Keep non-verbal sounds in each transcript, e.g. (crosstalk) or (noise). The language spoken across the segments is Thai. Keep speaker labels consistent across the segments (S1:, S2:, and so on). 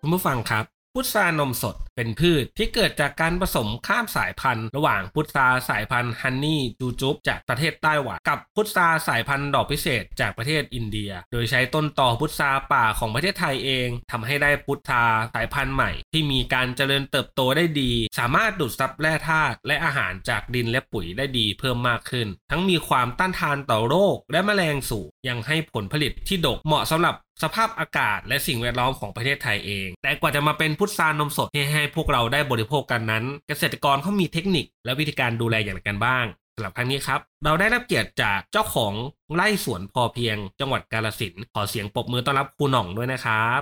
S1: คุณผู้ฟังครับ พุทรานมสดเป็นพืชที่เกิดจากการผสมข้ามสายพันธุ์ ระหว่างพุทราสายพันธุ์ฮันนี่จูจุบจากประเทศไต้หวันกับพุทราสายพันธุ์ดอกพิเศษจากประเทศอินเดีย โดยใช้ต้นต่อพุทราป่าของประเทศไทยเองทำให้ได้พุทราสายพันธุ์ใหม่ ที่มีการเจริญเติบโตได้ดี สามารถดูดซับแร่ธาตุและอาหารจากดินและปุ๋ยได้ดีเพิ่มมากขึ้น ทั้งมีความต้านทานต่อโรคและแมลงสูงยังให้ผลผลิตที่ดกเหมาะสำหรับ สภาพอากาศและสิ่งแวดล้อมของประเทศไทยเอง แต่กว่าจะมาเป็นพุทรานมสดที่ให้พวกเราได้บริโภคกันนั้น เกษตรกรเขามีเทคนิคและวิธีการดูแลอย่างไรกันบ้างสำหรับครั้งนี้ครับ เราได้รับเกียรติจากเจ้าของไร่สวนพอเพียง จังหวัดกาลสินธุ์ขอเสียงปรบมือต้อนรับครูหน่องด้วยนะครับ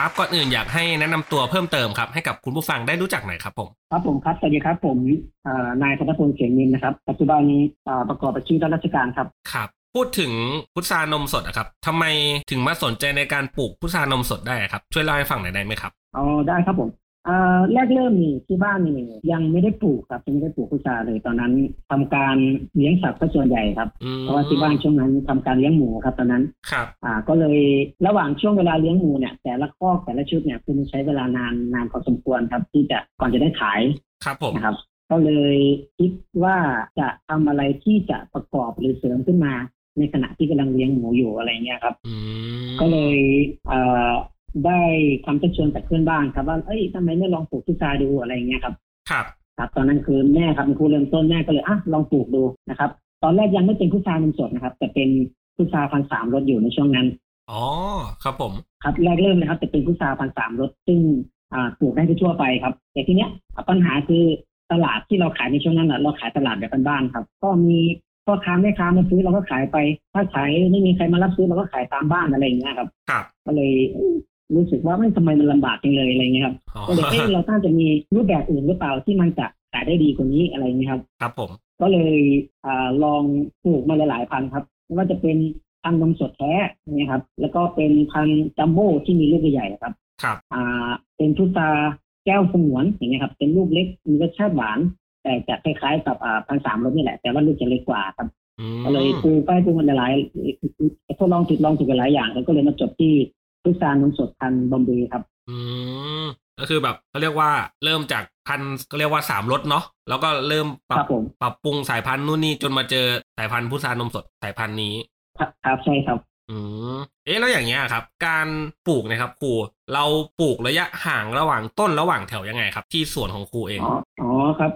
S1: ครับก่อนอื่นอยากให้แนะนำตัวเพิ่มเติมครับให้กับคุณผู้ฟังได้รู้จักหน่อยครับผม
S2: ครับผมครับสวัสดีครับผมเอ่อนายธนพลเสียงนินนะครับ ปัจจุบันนี้เอ่อประกอบอาชีพรับราชการครับ
S1: ครับพูดถึงพุทรานมสดอะครับทำไมถึงมาสนใจในการปลูกพุทรานมสดได้อะครับ ช่วยเล่าให้ฟังหน่อยได้ไหมครับ
S2: เอาได้ครับผมเอ่อแรกเริ่มนี่ที่บ้านนี่ยังไม่ได้ปลูกครับยังไม่ได้ปลูกพุทราเลยตอนนั้นทำการเลี้ยงสัตว์ก็ส่วนใหญ่ครับ
S1: อืม
S2: เพราะว่าที่บ้านช่วงนั้นทำการเลี้ยงหมูครับตอนนั้น
S1: ครับ
S2: อ่าก็เลยระหว่างช่วงเวลาเลี้ยงหมูเนี่ยแต่ละคอกแต่ละชุดเนี่ยคือมันใช้เวลานานนานพอสมควรครับ ที่จะก่อนจะได้ขาย
S1: ครับผม
S2: นะครับก็เลยคิดว่าจะทำอะไรที่จะประกอบหรือเสริมขึ้นมา ในขณะที่กำลังเลี้ยงหมูอยู่อะไรเงี้ยครับ
S1: อืม
S2: ก็เลยเอ่อได้คำเชิญชวนจากเพื่อนบ้านครับว่าเอ้ยทำไมไม่ลองปลูกพุทราดูอะไรเงี้ยครับ
S1: ครับ
S2: ครับ ตอนนั้นคือแม่ครับเป็นครูเริ่มต้นแม่ก็เลยอ่ะลองปลูกดูนะครับ ตอนแรกยังไม่เป็นพุทรานมสดนะครับ แต่เป็นพุทราพันสามรสอยู่ในช่วงนั้น
S1: อ๋อครับผม
S2: ครับแรกเริ่มนะครับจะเป็นพุทราพันสามรสซึ่งอ่าปลูกได้ทั่วไปครับ แต่ทีเนี้ยปัญหาคือตลาดที่เราขายในช่วงนั้นน่ะเราขายตลาดแบบบ้านๆครับ ก็มีพ่อค้าแม่ค้ามาซื้อเราก็ขายไป ถ้าขายไม่มีใครมารับซื้อเราก็ขายตามบ้านอะไรอย่างเงี้ยครับ
S1: ครับ
S2: ก็เลยเอ้ยรู้สึกว่าไม่ทำไมมันลำบากจังเลยอะไรเงี้ยครับ
S1: อ๋อ
S2: ก็เลยเอ้ยเราน่าจะมีรูปแบบอื่นหรือเปล่าที่มันจะขายได้ดีกว่านี้อะไรเงี้ยครับ
S1: ครับผม
S2: ก็เลยอาลองปลูกมาหลาย ๆ พันธุ์ครับไม่ว่าจะเป็นพันธุ์นมสดแท้เนี่ยครับ แล้วก็เป็นพันธุ์จัมโบ้ที่มีลูกใหญ่ๆครับ
S1: ครับ
S2: อ่า เป็นพุทราแก้วสงวนอย่างเงี้ยครับ เป็นลูกเล็กมีรสชาติหวาน แต่จะคล้ายๆกับอ่าพันสามรสนี่แหละ แต่ว่าลูกจะเล็กกว่าครับ
S1: อืม
S2: ก็เลยปลูกไปปลูกมาหลายๆทดลองผิดลองถูกกันหลายอย่าง แล้วก็เลยมาจบที่พุทรานมสดพันธุ์บอมเบย์ครับ
S1: อืมก็คือแบบเขาเรียกว่าเริ่มจากพันธุ์ก็เรียกว่าสามรสเนาะแล้วก็เริ่มป
S2: ค
S1: รั
S2: รั
S1: บบ
S2: ผม
S1: ปรับปรุงสายพันธุ์นู่นนี่จนมาเจอสายพันธุ์พุทรานมสดสายพันธุ์นี้
S2: ครับครับใช่ครับ
S1: อืมเอ๊ะแล้วอย่างเงี้ยครับ การปลูกเนะครับครูเราปลูกระยะห่างระหว่างต้นระหว่างแถวยังไงครับ ที่สวนของครูเอง
S2: อ๋ออ๋อครับ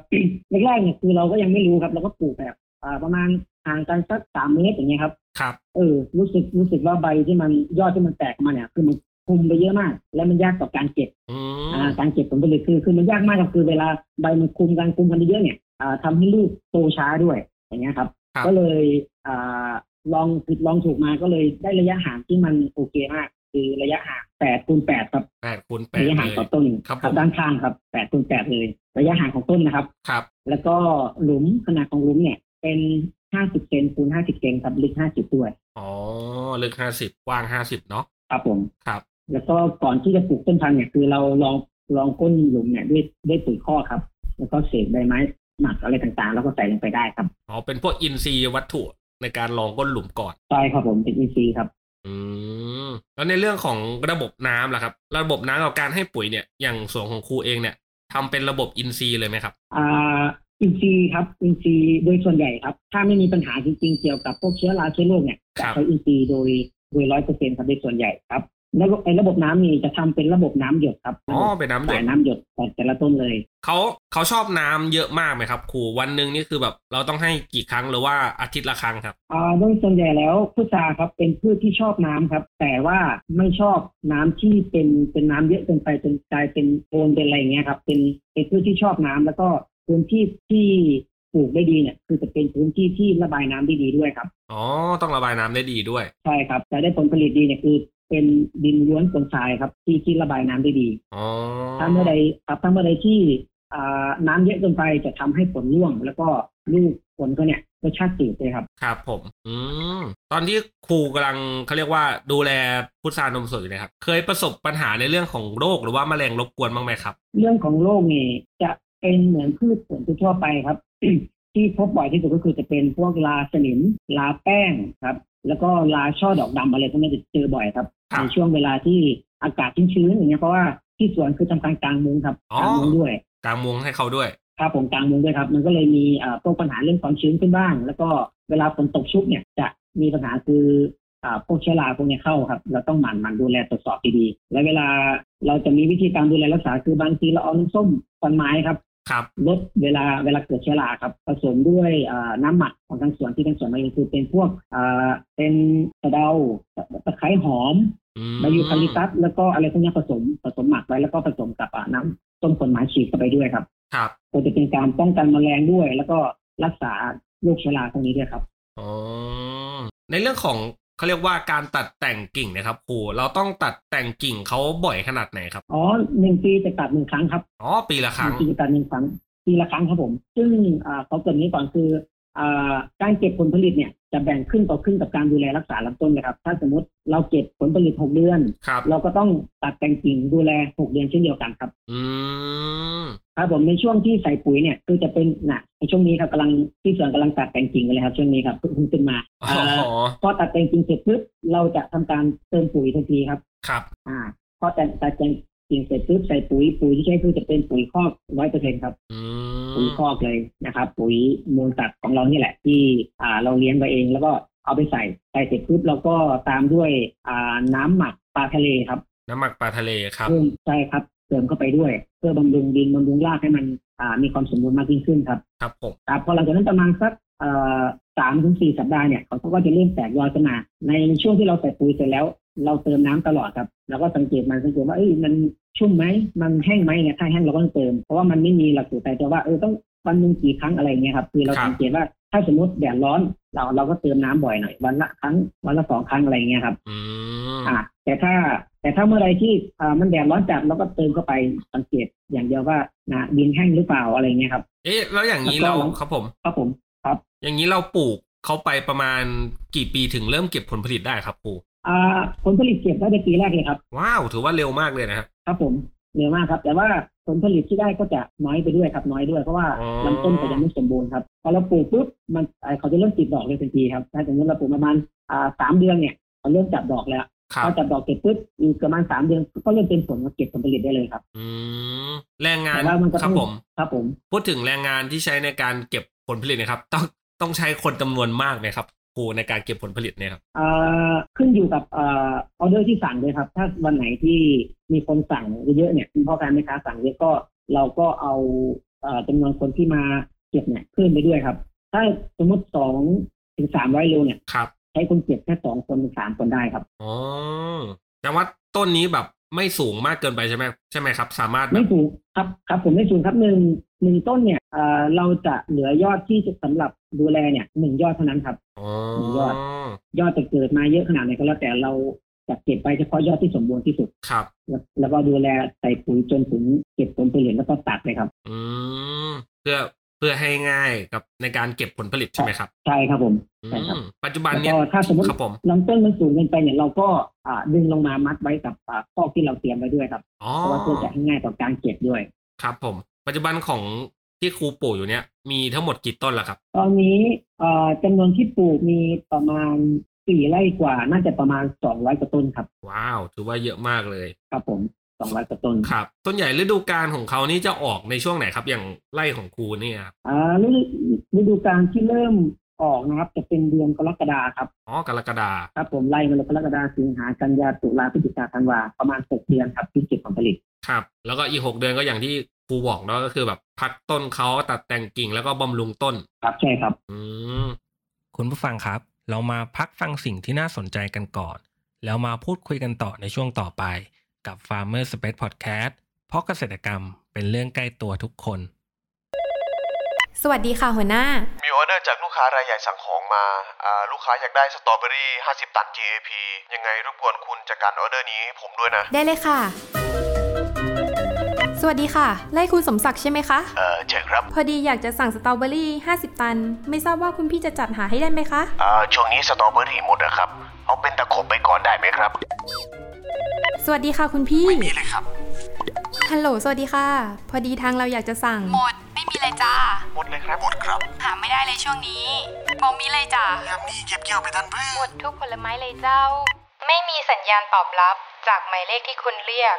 S2: แรกๆเนี่ยคือเราก็ยังไม่รู้ครับ เราก็ปลูกแบบอ่าประมาณห่างกันสักสามเมตรอย่างเงี้ยครับ
S1: ครับ
S2: เออ รู้สึกรู้สึกว่าใบที่มันยอดที่มันแตกมาเนี่ย คือมันคุมไปเยอะมาก แล้วมันยากต่อการเก็บ
S1: อืม
S2: อ่า การเก็บผลผลิตคือคือมันยากมากครับคือเวลาใบมันคุมกันคุมกันเยอะๆเนี่ย อ่าทำให้ลูกโตช้าด้วย อย่างเงี้ยครับ
S1: ครับ
S2: ก็เลยอ่าลองผิดลองถูกมาก็เลยได้ระยะห่างที่มันโอเคมาก คือระยะห่างแปดคูณแปดครับ
S1: แปดคูณแประ ด
S2: ยะ
S1: เล
S2: ห่าง
S1: ย
S2: ต่อต้น
S1: ครับผม
S2: ด้านข้างครับแปดคูณแปดเลย ระยะห่างของต้นนะครับ
S1: ครับ
S2: แล้วก็หลุมขนาดของหลุมเนี่ย เป็น 50 เซนคูณ50 เซนครับลึก 50 ด้วย
S1: อ๋อลึกห้าสิบกว้างห้าสิบเนาะ
S2: ครับผม
S1: ครับ
S2: แล้วก็ก่อนที่จะปลูกต้นพันธุ์เนี่ยคือเราลองลองก้นหลุมเนี่ยด้วยด้วยปุ๋ยข้อกครับ แล้วก็เศษใบไม้หมักอะไรต่างๆ แล้วก็ใส่ลงไปได้ครับ
S1: อ๋อเป็นพวกอินทรีย์วัตถุในการลองก้นหลุมก่อน
S2: ใช่ครับผมเป็นอินทรีย์ครับ
S1: อืมแล้วในเรื่องของระบบน้ำล่ะครับ ระบบน้ำกับการให้ปุ๋ยเนี่ยอย่างสวนของครูเองเนี่ยทำเป็นระบบอินทรีย์เลยไหมครับ
S2: อ่าอินทรีย์ครับอินทรีย์โดยส่วนใหญ่ครับ ถ้าไม่มีปัญหาจริงๆเกี่ยวกับพวกเชื้อราเชื้อโรคเนี่ย
S1: ครั
S2: จะ
S1: บ
S2: ใช้อินทรีย์โดยโดยร้อยเปอร์เซ็นต์ครับโดยส่วนใหญ่ครับ แล้วก็ไอ้ระบบน้ำนี่จะทำเป็นระบบน้ำหยดครับ
S1: อ๋อเป็นน้ำหย
S2: สา
S1: ด
S2: ยน้ำหยดแต่แต่ละต้นเลย
S1: เขาเขาชอบน้ำเยอะมากไหมครับครูวันหนึ่งนี่คือแบบเราต้องให้กี่ครั้งหรือว่าอาทิตย์ละครั้งครับ
S2: อ่าโดยส่วนใหญ่แล้วพุทราครับเป็นพืชที่ชอบน้ำครับ แต่ว่าไม่ชอบน้ำที่เป็นเป็นน้ำเยอะเกินไปจนกลายเป็นโคลนเป็นอะไรอย่างเงี้ยครับเป็นเป็นพืชที่ชอบน้ำแล้วก็พื้นที่ที่ปลูกได้ดีเนี่ยคือจะเป็นพื้นที่ที่ระบายน้ำได้ดีด้วยครับ
S1: อ๋อ ต้องระบายน้ำได้ดีด้วย
S2: ใช่ครับแต่ได้ผลผลิตดีเนี่ยคือเป็นดินล้วนปนทรายครับที่ที่ระบายน้ำได้ดี
S1: อ๋อ
S2: ถ้าเมื่อใดครับถ้าเมื่อใดที่อ่าน้ำเยอะเกินไปจะทำให้ผลร่วง แล้วก็ลูกผลก็เนี่ยรสชาติจืดเลยครับ
S1: ครับผม อืม ตอนที่ครูกำลังเขาเรียกว่าดูแลพุทรานมสดอยู่เนะครับ เคยประสบปัญหาในเรื่องของโรคหรือว่าแมลงรบกวนบ้างไหมครับ
S2: เรื่องของโรคนี่จะเป็นเหมือนพืชผลทั่วๆไปครับ (coughs) ที่พบบ่อยที่สุดก็คือจะเป็นพวกลาสนิมลาแป้งครับ แล้วก็ลาช่อดอกดำอะไรพวกนี้จะเจอบ่อยครับ
S1: ครับ
S2: ในช่วงเวลาที่อากาศชื้นๆอย่างเงี้ยเพราะว่าที่สวนคือทำการกลางมุ้งครับ
S1: อ๋อ
S2: กลางมุ้งด้วย
S1: กางมุงให้เขาด้วย
S2: ครับผมกลางมุ้งด้วยครับ มันก็เลยมีเอ่อพวกปัญหาเรื่องความชื้นขึ้นบ้าง แล้วก็เวลาฝนตกชุกเนี่ยจะมีปัญหาคืออ่าพวกเชื้อราพวกเนี้ยเข้าครับ เราต้องหมั่นหมันดูแลตรวจสอบดีๆและเวลาเราจะมีวิธีการดูแลรักษาคือบางทีเราเอาน้ำส้มฟันไม้ครับ
S1: ครับ
S2: ลดเวลาเวลาเกิดเชื้อราครับผสมด้วยเอ่อน้ำหมักของทางสวนที่ทางสวนเราเองคือเป็นพวกเอ่อเป็นกระเดาตะไคร้หอม
S1: อืม
S2: ใบยูคาลิปตัสแล้วก็อะไรพวกนี้ผสมผสมหมักไว้แล้วก็ผสมกับอ่าน้ำต้นผลไม้ฉีดเข้าไปด้วยครับ
S1: ครับ
S2: ก็จะเป็นการป้องกันแมลงด้วย แล้วก็รักษาโรคเชื้อราพวกนี้ด้วยครับ
S1: อ๋อ ในเรื่องของเขาเรียกว่าการตัดแต่งกิ่งนะครับครู เราต้องตัดแต่งกิ่งเขาบ่อยขนาดไหนครับ
S2: อ๋อหนึ่งปีจะตัดหนึ่งครั้งครับ
S1: อ๋อ ปีละครั้ง
S2: กิจการหนึ่งครั้งปีละครั้งครับผม ซึ่งอ่าเขาเกิดนี้ก่อนคืออ่าการเก็บผลผลิตเนี่ยจะแบ่งครึ่งต่อครึ่งกับการดูแลรักษาลำต้นนะครับ ถ้าสมมติเราเก็บผลผลิตหกเดือน
S1: ครับ
S2: เราก็ต้องตัดแต่งกิ่งดูแลหกเดือนเช่นเดียวกันครับ
S1: อืม
S2: ครับผมในช่วงที่ใส่ปุ๋ยเนี่ยคือจะเป็นนะในช่วงนี้ครับกำลังที่สวนกำลังตัดแต่งกิ่งกันเลยครับช่วงนี้ครับเพิ่งขึ้นมา
S1: อ๋
S2: อ่า
S1: อ
S2: พอตัดแต่งกิ่งเสร็จปุ๊บเราจะทำการเติมปุ๋ยทันทีครับ
S1: ครับ
S2: อ่าพอแต่งแต่งกิ่งเสร็จปุ๊บใส่ปุ๋ยปุ๋ยที่ใช้คือจะเป็นปุ๋ยคอกร้อยเปอร์เซ็นครับ
S1: อื
S2: ปุ๋ย
S1: ม
S2: คอกเลยนะครับ ปุ๋ยมูลสัตว์ของเรานี่แหละ ที่อ่าเราเลี้ยงไว้เองแล้วก็เอาไปใส่ใส่เสร็จปุ๊บเราก็ตามด้วยอ่าน้ำหมักปลาทะเลครับ
S1: น้ำหมักปลาทะเลครับ
S2: เพิ่มใช่ครับเติมเข้าไปด้วย เพื่อบำรุงดินบำรุงรากให้มันอ่ามีความสมบูรณ์มากยิ่งขึ้นครับ
S1: ครับผม
S2: ครับพอหลังจากนั้นประมาณสักเอ่อสามถึงสี่สัปดาห์เนี่ยเขาก็จะเริ่มแตกยอดขึ้นมา ในช่วงที่เราใส่ปุ๋ยเสร็จแล้ว เราเติมน้ำตลอดครับเราก็สังเกตมันสังเกตว่าเอ้ยมันชุ่มไหมมันแห้งไหมเนี่ยถ้าแห้งเราก็ต้องเติมเพราะว่ามันไม่มีหลักสูตรตายตัวว่าเออต้องวันหนึ่งกี่ครั้งอะไรเงี้ยครับคือเรา
S1: ครับ
S2: สังเกตว่าถ้าสมมติแดดร้อนเราเราก็เติมน้ำบ่อยหน่อยวันละครั้งวันละสองครั้งอะไรเงี้ยครับ
S1: อืม
S2: อ่าแต่ถ้าแต่ถ้าเมื่อไรที่อ่ามันแดดร้อนจัดเราก็เติมเข้าไปสังเกตอย่างเดียวว่านะดินแห้งหรือเปล่าอะไรเงี้ยครับ
S1: เอ๊ะ แล้วอย่างนี้
S2: แล้
S1: เรา
S2: วก็
S1: ครับผม
S2: ครับผม
S1: อย่างนี้เราปลูกเขาไปประมาณกี่ปีถึงเริ่มเก็บผลผลิตได้ครับครู
S2: อ่าผลผลิตเก็บได้ในปีแรกเลยครับ
S1: ว้าวถือว่าเร็วมากเลยนะครับ
S2: ครับผมเร็วมากครับ แต่ว่าผลผลิตที่ได้ก็จะน้อยไปด้วยครับน้อยด้วยเพราะว่า
S1: อ๋อ
S2: ลำต้นก็ยังไม่สมบูรณ์ครับพอเราปลูกปุ๊บมันเอ่อเขาจะเริ่มติดดอกเลยทันทีครับถ้าสมมติเราปลูกประมาณอ่าสามเดือนเนี่ยเขาเริ่มจับดอกแล้ว
S1: ครับ
S2: เขาจับดอกเสร็จปุ๊บอีกประมาณสามเดือนก็เริ่มเป็นผลมาเก็บผลผลิตได้เลยครับ
S1: อืม แรงงาน
S2: แต่ว่ามันก็
S1: ครับ
S2: ต้อง
S1: ผม
S2: ครับผม
S1: พูดถึงแรงงานที่ใช้ในการเก็บผลผลิตเนะครับ ต้องต้องใช้คนจำนวนมากไหมครับครูในการเก็บผลผลิตเนี่ยครับ
S2: อ่าขึ้นอยู่กับอ่าออเดอร์ที่สั่งเลยครับ ถ้าวันไหนที่มีคนสั่งเยอะๆเนี่ยคุณพ่อค้าแม่ค้าสั่งเยอะก็เราก็เอาอ่าจำนวนคนที่มาเก็บเนี่ยเพิ่มไปด้วยครับ ถ้าสมมติสองถึงสามร้อยโลเนี่ย
S1: ครับ
S2: ใช้คนเก็บแค่สองคนถึงสามคนได้ครับ
S1: อ๋อ แต่ว่าต้นนี้แบบไม่สูงมากเกินไปใช่ไหมใช่ไหมครับ สามารถแบ
S2: ไม่
S1: บ
S2: ถูกครับครับผมไม่ถูกครับหนึ่งหนึ่งต้นเนี่ยเอ่อเราจะเหลือยอดที่จะสำหรับดูแลเนี่ยหนึ่งยอดเท่านั้นครับ
S1: อ๋อ
S2: หนึ่งยอด ยอดจะเกิดมาเยอะขนาดไหนก็แล้วแต่เราจะเก็บไปเฉพาะยอดที่สมบูรณ์ที่สุด
S1: ครับ
S2: แล้วแล้วก็ดูแลใส่ปุ๋ยจนถึงเก็บผลผลิตแล้วก็ตัดเลยครับ
S1: อืม เพื่อเพื่อให้ง่ายกับในการเก็บผลผลิตใช่ไหมครับ
S2: ใช่ครับผม
S1: อื
S2: ใช่ครับ
S1: ม ปัจจุบัน
S2: แล้ว
S1: เนี่ย
S2: ก็ถ้าสมมติ
S1: ครับผม
S2: ลำต้นมันสูงเกินไปเนี่ยเราก็อ่าดึงลงมามัดไว้กับอ่าคอกที่เราเตรียมไว้ด้วยครับ
S1: อ๋อ
S2: เพราะว่าเพื่อจะให้ง่ายต่อการเก็บด้วย
S1: ครับผม ปัจจุบันของที่ครูปลูกอยู่เนี่ย มีทั้งหมดกี่ต้นละครับ
S2: ตอนนี้เอ่อจำนวนที่ปลูกมีประมาณสี่ไร่กว่า น่าจะประมาณสองร้อยกว่าต้นครับ
S1: ว้าว ถือว่าเยอะมากเลย
S2: ครับผมสองร้อยกว่าต้น
S1: ครับ ต้นใหญ่ฤดูกาลของเขานี่จะออกในช่วงไหนครับ อย่างไร่ของครูเนี่ยครับ
S2: อ่าฤดูฤดูกาลที่เริ่ม ออกนะครับ จะเป็นเดือนกรกฎาครับ
S1: อ๋อกรกฎา
S2: ครับผมไล่มาเลยกรกฎาสิงหากันยาตุลาพฤศจิกาธันวาประมาณหกเดือนครับที่เก็บผลผลิต
S1: ครับ แล้วก็อีกหกเดือนก็อย่างที่ครูบอกเนาะก็คือแบบพักต้นเขาตัดแต่งกิ่งแล้วก็บำรุงต้น
S2: ครับใช่ครับ
S1: อืมคุณผู้ฟังครับ เรามาพักฟังสิ่งที่น่าสนใจกันก่อน แล้วมาพูดคุยกันต่อในช่วงต่อไป กับ Farmer Space Podcast เพราะเกษตรกรรมเป็นเรื่องใกล้ตัวทุกคน
S3: สวัสดีค่ะหัวหน้า
S4: มีออเดอร์จากลูกค้ารายใหญ่สั่งของมาอ่าลูกค้าอยากได้สตรอเบอรี่ 50 ตัน GAP ยังไงรบกวนคุณจัดการออเดอร์นี้ให้ผมด้วยนะ
S3: ได้เลยค่ะ สวัสดีค่ะ ไล่คุณสมศักดิ์ใช่ไหมคะ
S4: เออเชิญครับ
S3: พอดีอยากจะสั่งสตรอเบอรี่ 50 ตัน ไม่ทราบว่าคุณพี่จะจัดหาให้ได้ไหมคะ
S4: อ่าช่วงนี้สตรอเบอรี่หมดนะครับ เอาเป็นตะขบไปก่อนได้ไหมครับ
S3: สวัสดีค่ะคุณพี่
S4: นี่เลยครับ
S3: ฮัลโหล สวัสดีค่ะ พอดีทางเราอยากจะสั่ง
S5: หมด ไม่มีเลยจ้า
S4: หมดเลยครับ หมดครับ
S5: หาไม่ได้เลยช่วงนี้บอมมีเลยจ้า
S4: ยามนี้เก็บเกี่ยวไปทันเพื่อ
S6: หมดทุกผลไม้เลยเจ้า ไม่มีสัญญาณตอบรับจากหมายเลขที่คุณเรียก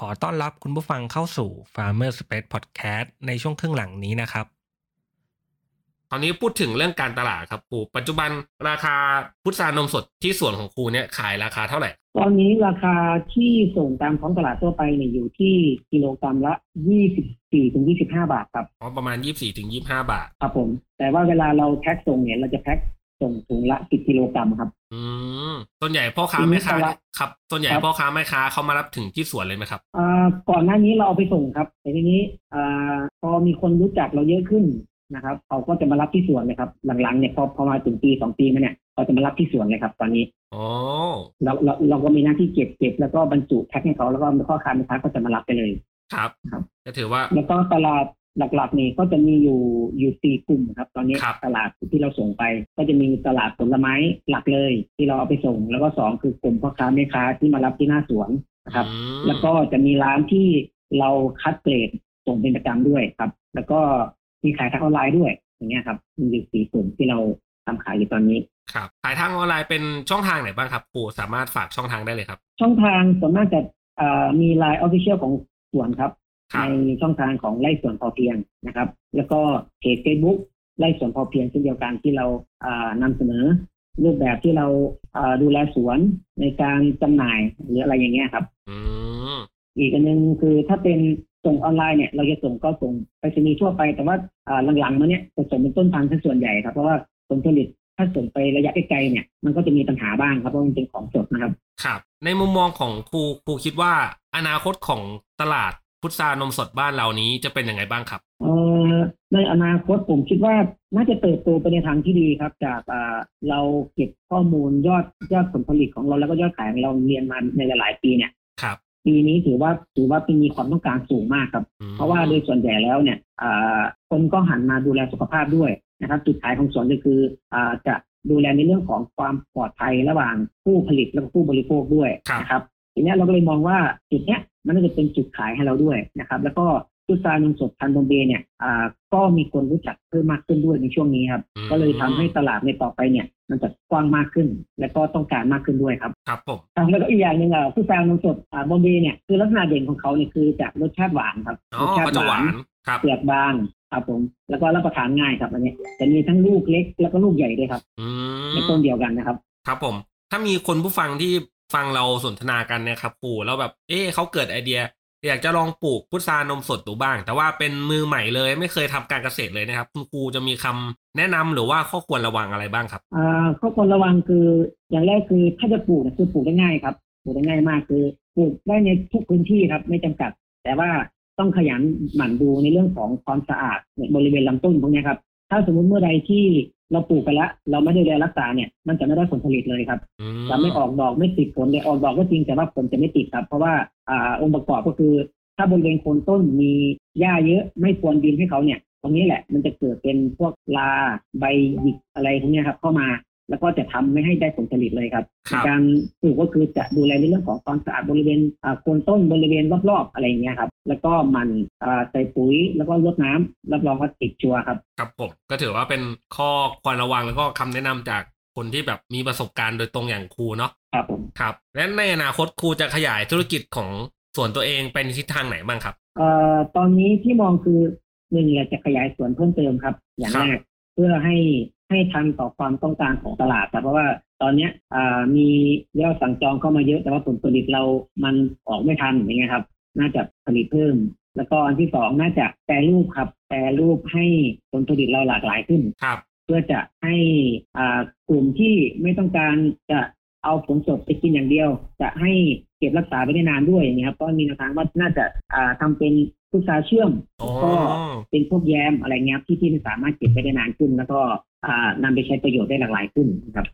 S1: ขอต้อนรับคุณผู้ฟังเข้าสู่ Farmer Space Podcast ในช่วงครึ่งหลังนี้นะครับ ตอนนี้พูดถึงเรื่องการตลาดครับครูปัจจุบันราคาพุทรานมสดที่สวนของครูเนี่ยขายราคาเท่าไหร่
S2: ตอนนี้ราคาที่ส่งตามท้องตลาดทั่วไปเนี่ยอยู่ที่กิโลกรัมละ 24-25 บาทครับ
S1: อ๋อประมาณ 24-25 บาท
S2: ครับผม แต่ว่าเวลาเราแพ็คส่งเนี่ยเราจะแพ็คส่งถุงละ 10 กิโลกรัมครับ
S1: อืมส่วนใหญ่พ่อค้าแม่ค้า
S2: ทีนี้ตลาด
S1: ครับ ส่วนใหญ่
S2: ครับ
S1: พ่อค้าแม่ค้าเขามารับถึงที่สวนเลยไหมครับ
S2: อ่าก่อนหน้านี้เราเอาไปส่งครับ แต่ทีนี้อ่าพอมีคนรู้จักเราเยอะขึ้นนะครับเขาก็จะมารับที่สวนเลยครับ หลังๆเนี่ยพอพอมาถึงปีสองปีมาเนี่ยเขาจะมารับที่สวนเลยครับ ตอนนี้
S1: อ๋อ
S2: เราเราเราก็มีหน้าที่เก็บเก็บแล้วก็บรรจุแพ็คให้เขาแล้วก็ข้อค้าแม่ค้าก็จะมารับไปเลย
S1: ครับ
S2: ครับ
S1: ก็ถือว่า
S2: แล้วก็ตลาดหลักๆนี่ก็จะมีอยู่อยู่สี่กลุ่มครับ ตอนนี้
S1: ครับ
S2: ตลาดที่เราส่งไป ก็จะมีตลาดผลไม้หลักเลย ที่เราเอาไปส่ง แล้วก็สองคือกลุ่มพ่อค้าแม่ค้าที่มารับที่หน้าสวนนะครับ
S1: อืม
S2: แล้วก็จะมีร้านที่เราคัดเกรดส่งเป็นประจำด้วยครับ แล้วก็มีขายทางออนไลน์ด้วย อย่างเงี้ยครับ มีอยู่สี่กลุ่มที่เราทำขายอยู่ตอนนี้
S1: ครับ ขายทางออนไลน์เป็นช่องทางไหนบ้างครับครูสามารถฝากช่องทางได้เลยครับ
S2: ช่องทางส่วนมากจะเอ่อมีไลน์ออฟฟิเชียลของสวนครับ
S1: ครับ
S2: ในช่องทางของไร่สวนพอเพียงนะครับ แล้วก็เพจ Facebook ไร่สวนพอเพียงเช่นเดียวกันที่เราเอ่อนำเสนอ รูปแบบที่เราเอ่อดูแลสวนในการจำหน่ายหรืออะไรอย่างเงี้ยครับ
S1: อืม
S2: อีกอันหนึงคือถ้าเป็นส่งออนไลน์เนี่ย เราจะส่งก็ส่งไปรษณีย์ทั่วไป แต่ว่าอ่าหลังๆมาเนี่ยจะส่งเป็นต้นทางซะส่วนใหญ่ครับ เพราะว่าผลผลิตถ้าส่งไประยะไกลๆเนี่ยมันก็จะมีปัญหาบ้างครับเพราะมันเป็นของสดนะครับ
S1: ครับ ในมุมมองของครูครูคิดว่าอนาคตของตลาดพุทรานมสดบ้านเรานี้จะเป็นยังไงบ้างครับ
S2: เอ่อในอนาคตผมคิดว่าน่าจะเติบโตไปในทางที่ดีครับ จากอ่าเราเก็บข้อมูลยอดยอดผลผลิตของเราแล้วก็ยอดขายของเราเรียนมาในหลายๆปีเนี่ย
S1: ครับ
S2: ปีนี้ถือว่าถือว่าเป็นมีความต้องการสูงมากครับ
S1: อืม
S2: เพราะว่าโดยส่วนใหญ่แล้วเนี่ยอ่าคนก็หันมาดูแลสุขภาพด้วยนะครับ จุดขายของสวนก็คืออ่าจะดูแลในเรื่องของความปลอดภัยระหว่างผู้ผลิตและก็ผู้บริโภคด้วยนะครับ ทีเนี้ยเราก็เลยมองว่าจุดเนี้ยมันน่าจะเป็นจุดขายให้เราด้วยนะครับ แล้วก็พุทรานมสดพันธุ์บอมเบย์เนี่ยอ่าก็มีคนรู้จักเพิ่มมากขึ้นด้วยในช่วงนี้ครับ
S1: อืม
S2: ก็เลยทำให้ตลาดในต่อไปเนี่ย มันจะกว้างมากขึ้น และก็ต้องการมากขึ้นด้วยครับ
S1: ครับผม
S2: ครับแล้วก็อีกอย่างหนึ่งอ่ะผู้ซางนมสดอ่าบอมเบย์เนี่ยคือลักษณะเด่นของเขาเนี่ยคือจะรสชาติหวานครับ
S1: อ๋อ
S2: รสชา
S1: ก็
S2: ติ
S1: จะหวาน ครับ
S2: เปลือกบางครับผม แล้วก็รับประทานง่ายครับอันนี้จะมีทั้งลูกเล็กแล้วก็ลูกใหญ่ด้วยครับ
S1: อืม
S2: ในต้นเดียวกันนะครับ
S1: ครับผม ถ้ามีคนผู้ฟังที่ฟังเราสนทนากันเนะครับปู่แล้วแบบ เอ๊ะเขาเกิดไอเดีย อยากจะลองปลูกพุทรานมสดดูบ้าง แต่ว่าเป็นมือใหม่เลยไม่เคยทำการเกษตรเลยนะครับ คุณครูจะมีคำแนะนำหรือว่าข้อควรระวังอะไรบ้างครับ
S2: อ่าข้อควรระวังคืออย่างแรกคือถ้าจะปลูกเนี่ยคือปลูกได้ง่ายครับปลูกได้ง่ายมากคือปลูกได้ในทุกพื้นที่ครับไม่จำกัด แต่ว่าต้องขยันหมั่นดูในเรื่องของความสะอาดในบริเวณลำต้นพวกเนี้ยครับ ถ้าสมมุติเมื่อใดที่เราปลูกไปแล้ว เราไม่ได้ดูแลรักษาเนี่ยมันจะไม่ได้ผลผลิตเลยครับ
S1: อื
S2: จะไม่ออกดอกไม่ติดผลเลยออกดอกก็จริงแต่ว่าผลจะไม่ติดครับ เพราะว่าอ่าองค์ประกอบก็คือ ถ้าบริเวณโคนต้นมีหญ้าเยอะไม่ควรดินให้เขาเนี่ยผ ตรงนี้แหละมันจะเกิดเป็นพวกลาใบหยิกอะไรพวกเนี้ยครับ เข้ามาแล้วก็จะทำไม่ให้ได้ผลผลิตเลยครับ
S1: ครับ
S2: การปลูกก็คือจะดูแลในเรื่องของความสะอาดบริเวณอ่าโคนต้นบริเวณรอบๆอะไรอย่างเงี้ยครับ แล้วก็หมันอ่าใส่ปุ๋ยแล้วก็รดน้ำรับรองว่าติดชัวร์ครับ
S1: ครับผมก็ถือว่าเป็นข้อควรระวังแล้วก็คำแนะนำจากคนที่แบบมีประสบการณ์โดยตรงอย่างครูเนาะ
S2: ครับผม
S1: ครับ และในอนาคตครูจะขยายธุรกิจของส่วนตัวเองไปในทิศทางไหนบ้างครับ
S2: เอ่อตอนนี้ที่มองคือหนึ่งอยากจะขยายส่วนเพิ่มเติมครับ อย่าง
S1: ครับ
S2: แรกเพื่อให้ให้ทันต่อความต้องการของตลาดครับเพราะว่าตอนเนี้ยอ่ามียอดสั่งจองเข้ามาเยอะแต่ว่าผลผลิตเรามันออกไม่ทันอย่างเงี้ยครับ น่าจะผลิตเพิ่ม แล้วก็อันที่สองน่าจะแปรรูปครับแปรรูปให้ผลผลิตเราหลากหลายขึ้น
S1: ครับ
S2: เพื่อจะให้อ่ากลุ่มที่ไม่ต้องการจะเอาผลสดไปกินอย่างเดียว จะให้เก็บรักษาไปได้นานด้วยอย่างนี้ยครับก็มีแนวทางว่าน่าจะอ่าทำเป็นพุทราเชื่อม
S1: อ๋อ
S2: ก็เป็นพวกแยมอะไรเงี้ยครับที่ที่มันสามารถเก็บไปได้นานขึ้น แล้วก็อ่านำไปใช้ประโยชน์ได้หลากหลายขึ้นครับ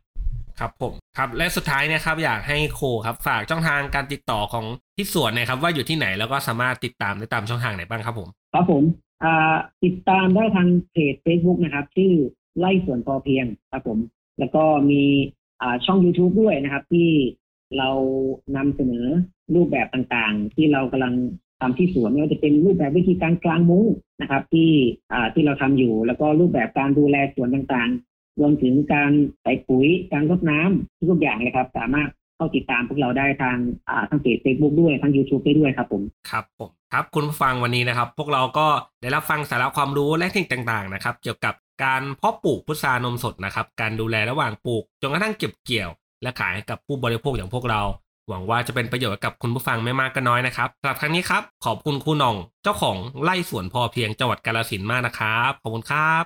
S1: ครับผมครับและสุดท้ายเนะครับอยากให้ครูครับฝากช่องทางการติดต่อของที่สวนหนะครับ ว่าอยู่ที่ไหนแล้วก็สามารถติดตามได้ตามช่องทางไหนบ้างครับผม
S2: ครับผมอ่าติดตามได้ทางเพจ Facebook นะครับ ชื่อไล่สวนพอเพียงครับผม แล้วก็มีอ่าช่อง YouTube ด้วยนะครับ ที่เรานำเสนอรูปแบบต่างๆ ที่เรากำลังทำที่สวนไม่ว่าจะเป็นรูปแบบวิธีการกลางมุ้งนะครับ ที่อ่าที่เราทำอยู่ แล้วก็รูปแบบการดูแลสวนต่างๆ รวมถึงการใส่ปุ๋ยการรดน้ำทุกๆอย่างเลยครับ สามารถเข้าติดตามพวกเราได้ทางอ่าทางเพจ Facebook ด้วยทาง YouTube ได้ด้วยครับผม
S1: ครับผมครับคุณผู้ฟังวันนี้นะครับ พวกเราก็ได้รับฟังสาระความรู้และเทคนิคต่างๆนะครับ เกี่ยวกับการเพาะปลูกพุทรานมสดนะครับ การดูแลระหว่างปลูกจนกระทั่งเก็บเกี่ยว และขายให้กับผู้บริโภคอย่างพวกเรา หวังว่าจะเป็นประโยชน์กับคุณผู้ฟังไม่มากก็น้อยนะครับสำหรับครั้งนี้ครับขอบคุณครูหน่อง เจ้าของไร่สวนพอเพียงจังหวัดกาฬสินธุ์มากนะครับขอบคุณครับ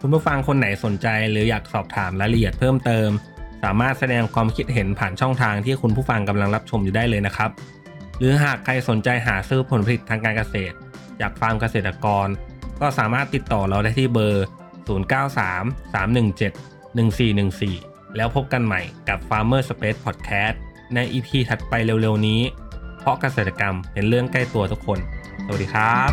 S1: คุณผู้ฟังคนไหนสนใจหรืออยากสอบถามรายละเอียดเพิ่มเติม สามารถแสดงความคิดเห็นผ่านช่องทางที่คุณผู้ฟังกำลังรับชมอยู่ได้เลยนะครับ หรือหากใครสนใจหาซื้อผลผลิตทางการเกษตร จากฟาร์มเกษตรกร ก็สามารถติดต่อเราได้ที่เบอร์ 0933171414 แล้วพบกันใหม่กับ Farmer Space Podcast ใน EP ถัดไปเร็วๆนี้ เพราะเกษตรกรรมเป็นเรื่องใกล้ตัวทุกคน สวัสดีครับ